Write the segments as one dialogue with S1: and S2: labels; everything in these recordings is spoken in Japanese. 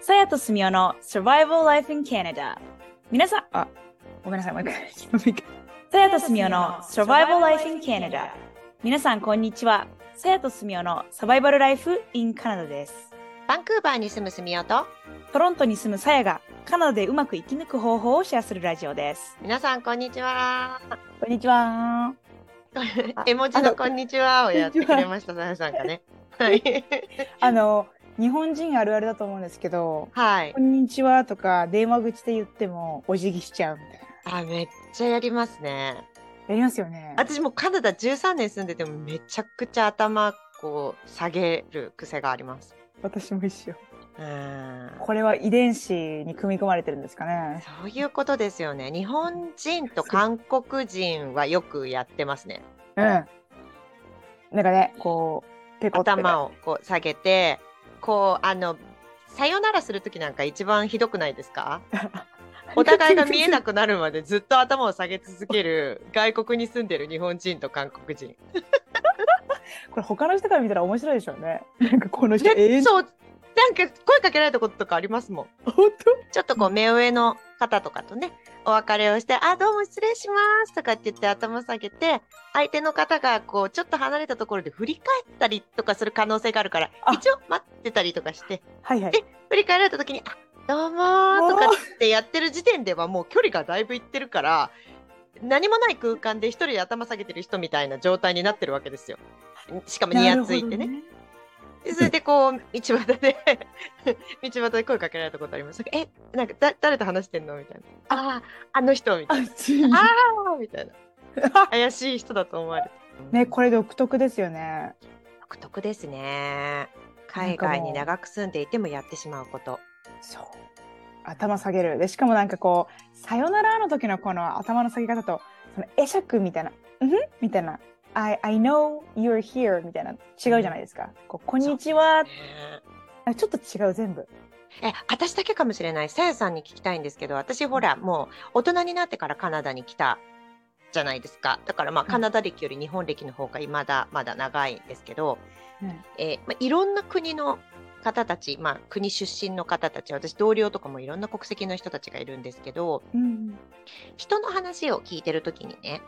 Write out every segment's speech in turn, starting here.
S1: さやとすみおの Survival Life in Canada 皆さんあごめんなさいもう一回もう一回さ やとすみおの Survival Life in Canada 皆さんこんにちはさやとすみおのサバイバルライフ in カナダです
S2: バンクーバーに住むスミオと
S1: トロントに住むさやがカナダでうまく生き抜く方法をシェアするラジオです
S2: 皆さんこんにちは
S1: こんにちは
S2: 絵文字のこんにちはをやってくれましたさやさんがねはい
S3: あの日本人あるあるだと思うんですけど「
S2: はい
S3: こんにちは」とか電話口で言ってもお辞儀しちゃうみたいな
S2: あめっちゃやりますね
S3: やりますよね
S2: 私もうカナダ13年住んでてもめちゃくちゃ頭こう下げる癖があります
S3: 私も一緒
S2: うーん
S3: これは遺伝子に組み込まれてるんですかね
S2: そういうことですよね日本人と韓国人はよくやってますね
S3: うんなんかねこうペコって
S2: 頭をこう下げてこうあのさよならする時なんか一番ひどくないです かお互いが見えなくなるまでずっと頭を下げ続ける外国に住んでる日本人と韓国人。
S3: これ他の人から見たら面白いでしょうねなんかこの人
S2: で
S3: ええ
S2: そうなんか声かけられたこととかありますもん。
S3: 本
S2: ちょっとこう目上の方とかとねお別れをして「あどうも失礼します」とかって言って頭下げて相手の方がこうちょっと離れたところで振り返ったりとかする可能性があるから
S3: あ
S2: 一応待ってたりとかして
S3: 当はいはい
S2: え振り返られた時に「あどうもー」とかってやってる時点ではもう距離がだいぶいってるから何もない空間で一人で頭下げてる人みたいな状態になってるわけですよ。しかもニヤついてね。でそれでこう道端で 道端で声かけられたことありましたえなんかだ誰と話してんのみたいな「あああの人」みたい
S3: あつい
S2: な「ああ」みたいな 怪しい人だと思われて
S3: ねこれ独特ですよね
S2: 独特ですね海外に長く住んでいてもやってしまうこと
S3: そう頭下げるでしかもなんかこう「さよなら」の時のこの頭の下げ方とその会釈みたいな「うん?」みたいな「I, I know you're here」みたいな違うじゃないですか「こうこんにちは
S2: ね」
S3: あちょっと違う全部
S2: え私だけかもしれないさやさんに聞きたいんですけど私ほらもう大人になってからカナダに来たじゃないですかだからまあ
S3: うん
S2: カナダ歴より日本歴の方がいまだまだ長いんですけど、
S3: うん
S2: えーまあ、いろんな国の方たち、まあ、国出身の方たち私同僚とかもいろんな国籍の人たちがいるんですけど
S3: うん
S2: 人の話を聞いてる時にね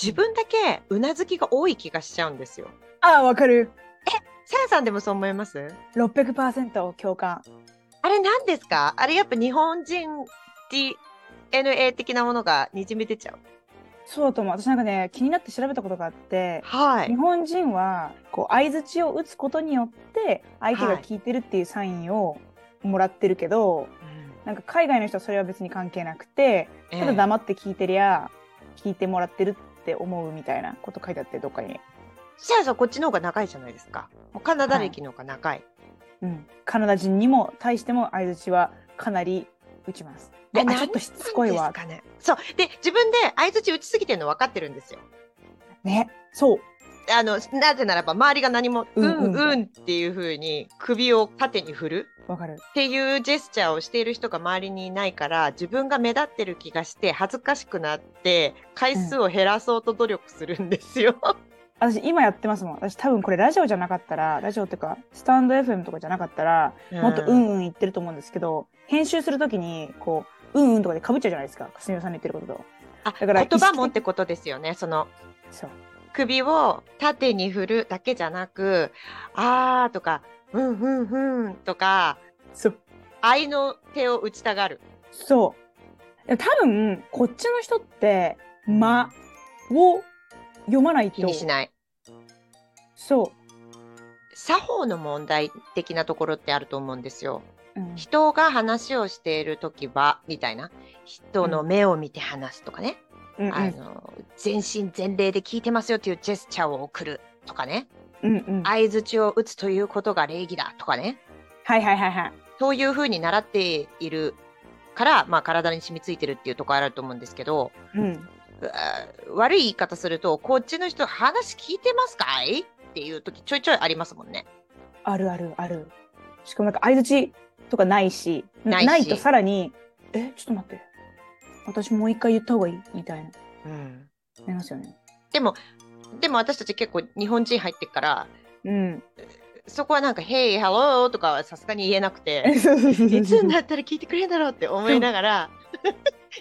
S2: 自分だけうなずきが多い気がしちゃうんですよ。
S3: あわかる
S2: さやさんでもそう思います
S3: 600%共感
S2: あれ何ですかあれやっぱ日本人 DNA 的なものがにじみ出ちゃう。
S3: そうだと思う私なんかね気になって調べたことがあって
S2: は
S3: 日
S2: い。
S3: 本人はこう相槌を打つことによって相手が聞いてるっていうサインをもらってるけど、なんか海外の人はそれは別に関係なくてただ
S2: ええ
S3: 黙って聞いてりゃ聞いてもらってるって思うみたいなこと書いてあってどっかに、
S2: シャアさんこっちの方が長いじゃないですか。もうカナダ歴の方が長い。
S3: うん、カナダ人にも対しても相槌はかなり打ちます。で
S2: え
S3: あ
S2: 何
S3: ちょっとしつこい
S2: なん
S3: わ
S2: ですかね。そう。で自分で相槌打ちすぎてるの分かってるんですよ。
S3: ねそう
S2: あのなぜならば周りが何もう
S3: うんん
S2: うん、
S3: うん
S2: っていう風に首を縦に振る
S3: わかる
S2: っていうジェスチャーをしている人が周りにいないから自分が目立ってる気がして恥ずかしくなって回数を減らそうと努力するんですよ。
S3: 私今やってますもん私多分これラジオじゃなかったらラジオっていうかスタンド FM とかじゃなかったらもっとうんうん言ってると思うんですけど、編集するときにこううんうんとかでかぶっちゃうじゃないですかかすみさんの言ってることと
S2: あ
S3: だから
S2: 言葉もってことですよね。その
S3: そう
S2: 首を縦に振るだけじゃなく、あーとか、うんうんうんとか、
S3: そう
S2: 愛の手を打ちたがる。
S3: そう。でも多分、こっちの人って、間を読まないと。
S2: 気にしない。
S3: そ
S2: 作法の問題的なところってあると思うんですよ。
S3: う。うん
S2: 人が話をしている時は、みたいな。人の目を見て話すとかね。
S3: うんうん
S2: あの、全身全霊で聞いてますよっていうジェスチャーを送るとかね。
S3: うんうんはい
S2: 相づちを打つということが礼儀だとかね。
S3: はいはいはい。
S2: そういう風に習っているから、まあ、体に染みついてるっていうところあると思うんですけど、
S3: うん。
S2: うわー悪い言い方すると、こっちの人話聞いてますかいっていう時ちょいちょいありますもんね。
S3: あるあるある。しかもなんか相槌とかないし、
S2: ないし
S3: とさらに、え、ちょっと待って。私もう一回言った方がいいみたいな。なりますよね。
S2: でも、でも私たち結構日本人入ってっから
S3: うん。
S2: そこはなんか「Hey, hello」とかはさすがに言えなくてい
S3: い
S2: つになったら聞いてくれるんだろうって思いなが ら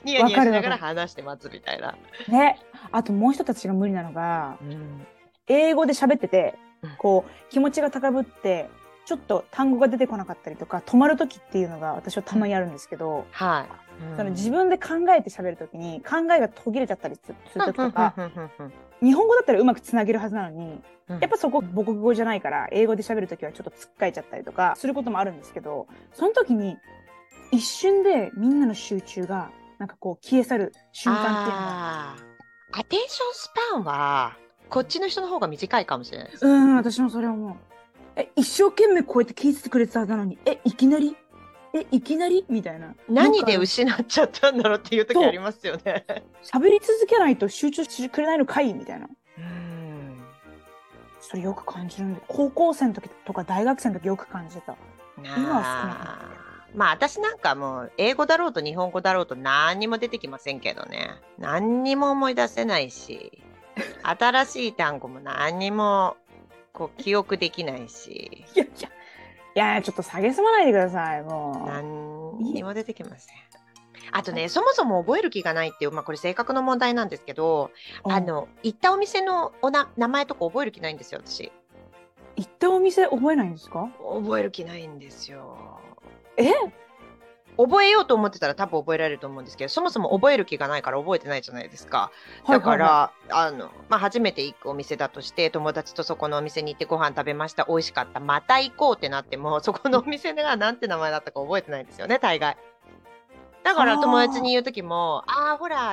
S2: ニヤニヤしながら
S3: わか
S2: 話して待つみたいな。
S3: ね。あともう一つ私が無理なのが、
S2: うん
S3: 英語で喋ってて
S2: うん、
S3: こう、気持ちが高ぶって、ちょっと単語が出てこなかったりとか、止まる時っていうのが私はたまにあるんですけど、
S2: はい、
S3: その自分で考えて喋る時に、考えが途切れちゃったりすする時とか、
S2: うんうんうんうん
S3: 日本語だったらうまくつなげるはずなのに、
S2: うん
S3: やっぱそこ母国語じゃないから、英語で喋るときはちょっとつっかえちゃったりとかすることもあるんですけど、その時に一瞬でみんなの集中がなんかこう消え去る瞬間っていうのが、
S2: あーアテンションスパンはこっちの人の方が短いかもしれないです。
S3: うん、私もそれ思う。え、一生懸命こうやって聞いててくれてたはずなのに、え、いきなりえ、いきなりみたいな。
S2: 何で
S3: なんか
S2: 失っちゃったんだろうっていう時
S3: そう
S2: ありますよね。
S3: 喋り続けないと集中してくれないのかいみたいな。
S2: うん
S3: それよく感じるんで、高校生の時とか大学生の時よく感じてた。今は
S2: あーまあ私なんかもう英語だろうと日本語だろうと何にも出てきませんけどね何にも思い出せないし新しい単語も何にもこう記憶できないし
S3: いやいや、いやいや、ちょっと下げすまないでください、もう。
S2: 何にも出てきません。あとねそもそも覚える気がないっていう、まあ、これ性格の問題なんですけど
S3: うん
S2: あの行ったお店のおな名前とか覚える気ないんですよ私
S3: 行ったお店覚えないんですか
S2: 覚える気ないんですよ
S3: え
S2: 覚えようと思ってたら多分覚えられると思うんですけどそもそも覚える気がないから覚えてないじゃないですかだから、あのまあ、初めて行くお店だとして友達とそこのお店に行ってご飯食べました美味しかったまた行こうってなっても そこのお店が何て名前だったか覚えてないんですよね大概。だから
S3: あー
S2: 友達に言う時も「ああーほら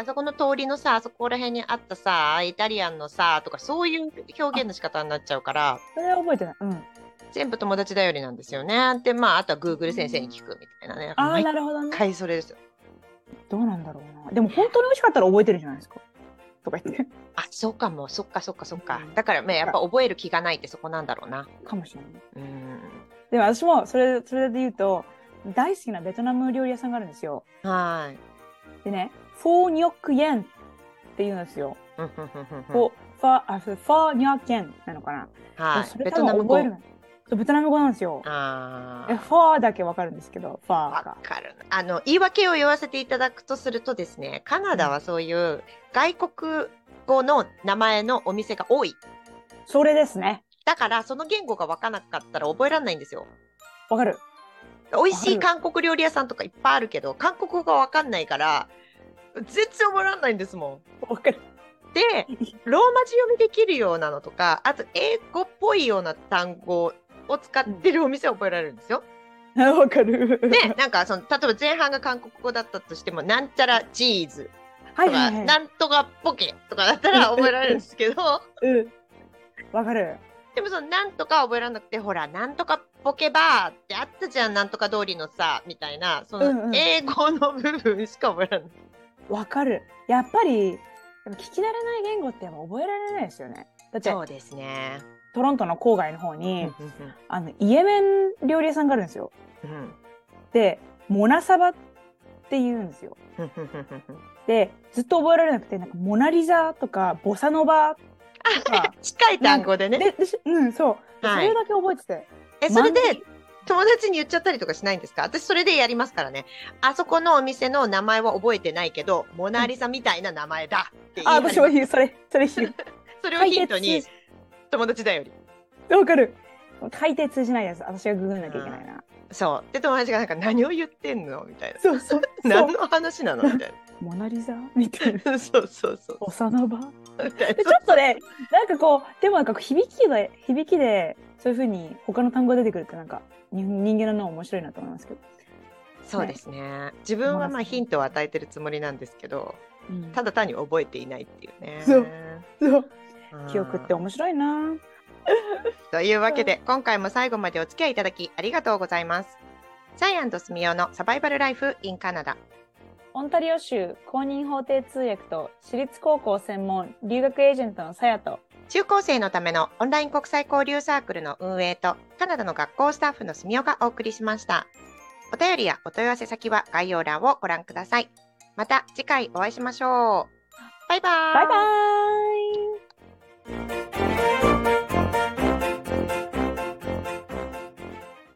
S2: あそこの通りのさあそこら辺にあったさイタリアンのさ」とかそういう表現の仕方になっちゃうから
S3: それは覚えてない。うん。
S2: 全部友達頼りなんですよね。でまああとは Google 先生に聞くみたいなね。
S3: ああ、
S2: 毎
S3: なるほどね。
S2: 回それです
S3: どうなんだろうな。でも本当に美味しかったら覚えてるじゃないですか。とか言って。
S2: あそうかもそっかそっかそっか、
S3: うん
S2: だから、まあ、やっぱ覚える気がないってそこなんだろうな
S3: かもしれない。
S2: うん
S3: でも私もそれ、それで言うと、大好きなベトナム料理屋さんがあるんですよ。
S2: はい
S3: でね、フォーニョックイェンって言うんですよ。
S2: うんうんうん
S3: フ
S2: うん
S3: ォファあフォーニョックイェンなのかな。
S2: うんは
S3: そ
S2: い
S3: れ
S2: ベ
S3: 多
S2: トナ
S3: 分覚
S2: ム語
S3: えるの。そうベトナム語なんですよ。
S2: あ
S3: え
S2: ー
S3: ファーだけわかるんですけど、ファー
S2: わ
S3: が。
S2: かるなあの言い訳を言わせていただくとするとですねカナダはそういう外国語の名前のお店が多い
S3: それですね。
S2: だからその言語が分からなかったら覚えられないんですよ
S3: わかる。
S2: 美味しい韓国料理屋さんとかいっぱいあるけど韓国語が分かんないから全然覚えられないんですもん
S3: わかる。
S2: で ローマ字読みできるようなのとかあと英語っぽいような単語を使ってるお店を覚えられるんですよ。
S3: わかる。
S2: でなんかその例えば前半が韓国語だったとしてもなんちゃらチーズ
S3: は
S2: と
S3: い
S2: か、
S3: はいはい。
S2: なんとかポケとかだったら覚えられるんですけど
S3: うん。わかる。
S2: でもそのなんとかは覚えられなくてほらなんとかポケバーってあったじゃんなんとか通りのさみたいなそ
S3: うんう
S2: の
S3: ん
S2: 英語の部分しか覚えられない。
S3: わかる。やっぱり、でも聞き慣れない言語ってやっぱ覚えられないですよね。だって、
S2: うですね。
S3: トロントの郊外の方
S2: う
S3: に、
S2: ん
S3: あの、イエメン料理屋さんがあるんですよ。
S2: うんうん
S3: で、モナサバって言うんですよ。
S2: うんうんうんうん。
S3: で、ずっと覚えられなくて、なんか、モナリザとか、ボサノバとか
S2: 近い単語でね。
S3: で、でしうん、そう。でそ
S2: はい
S3: れだけ覚えてて。
S2: えそれで
S3: マンネリ
S2: 友達に言っちゃったりとかしないんですか私それでやりますからねあそこのお店の名前は覚えてないけどモナ・リザみたいな名前だって言い
S3: あ、
S2: 張ります
S3: 私も言う、それ、それ言う。
S2: それをヒントに
S3: 解決
S2: 友達だより
S3: わかる。海底通じないやつ。私がググんなきゃいけないな。
S2: そうで友達がなんか何を言ってんのみたいな
S3: そうそう。
S2: 何の話なのみたい
S3: モナリザみたい な。
S2: なそうそうそう
S3: ボサノバ
S2: みたい
S3: でちょっとね、なんかこう、でもなんかこう響きで、響きで、そういうふうに他の単語が出てくるってなんか、に人間の脳面白いなと思いますけど。
S2: なそうですね自分はまあヒントを与えてるつもりなんですけど
S3: うん
S2: ただ単に覚えていないっていうね
S3: そうそう
S2: うん
S3: 記憶って面白いな
S2: というわけで今回も最後までお付き合いいただきありがとうございます。サイアンとスミオのサバイバルライフインカナダ。
S1: オンタリオ州公認法廷通訳と私立高校専門留学エージェントのさやと
S2: 中高生のためのオンライン国際交流サークルの運営とカナダの学校スタッフのスミオがお送りしました。お便りやお問い合わせ先は概要欄をご覧ください。また次回お会いしましょう。バイバーイ。
S1: バイバーイ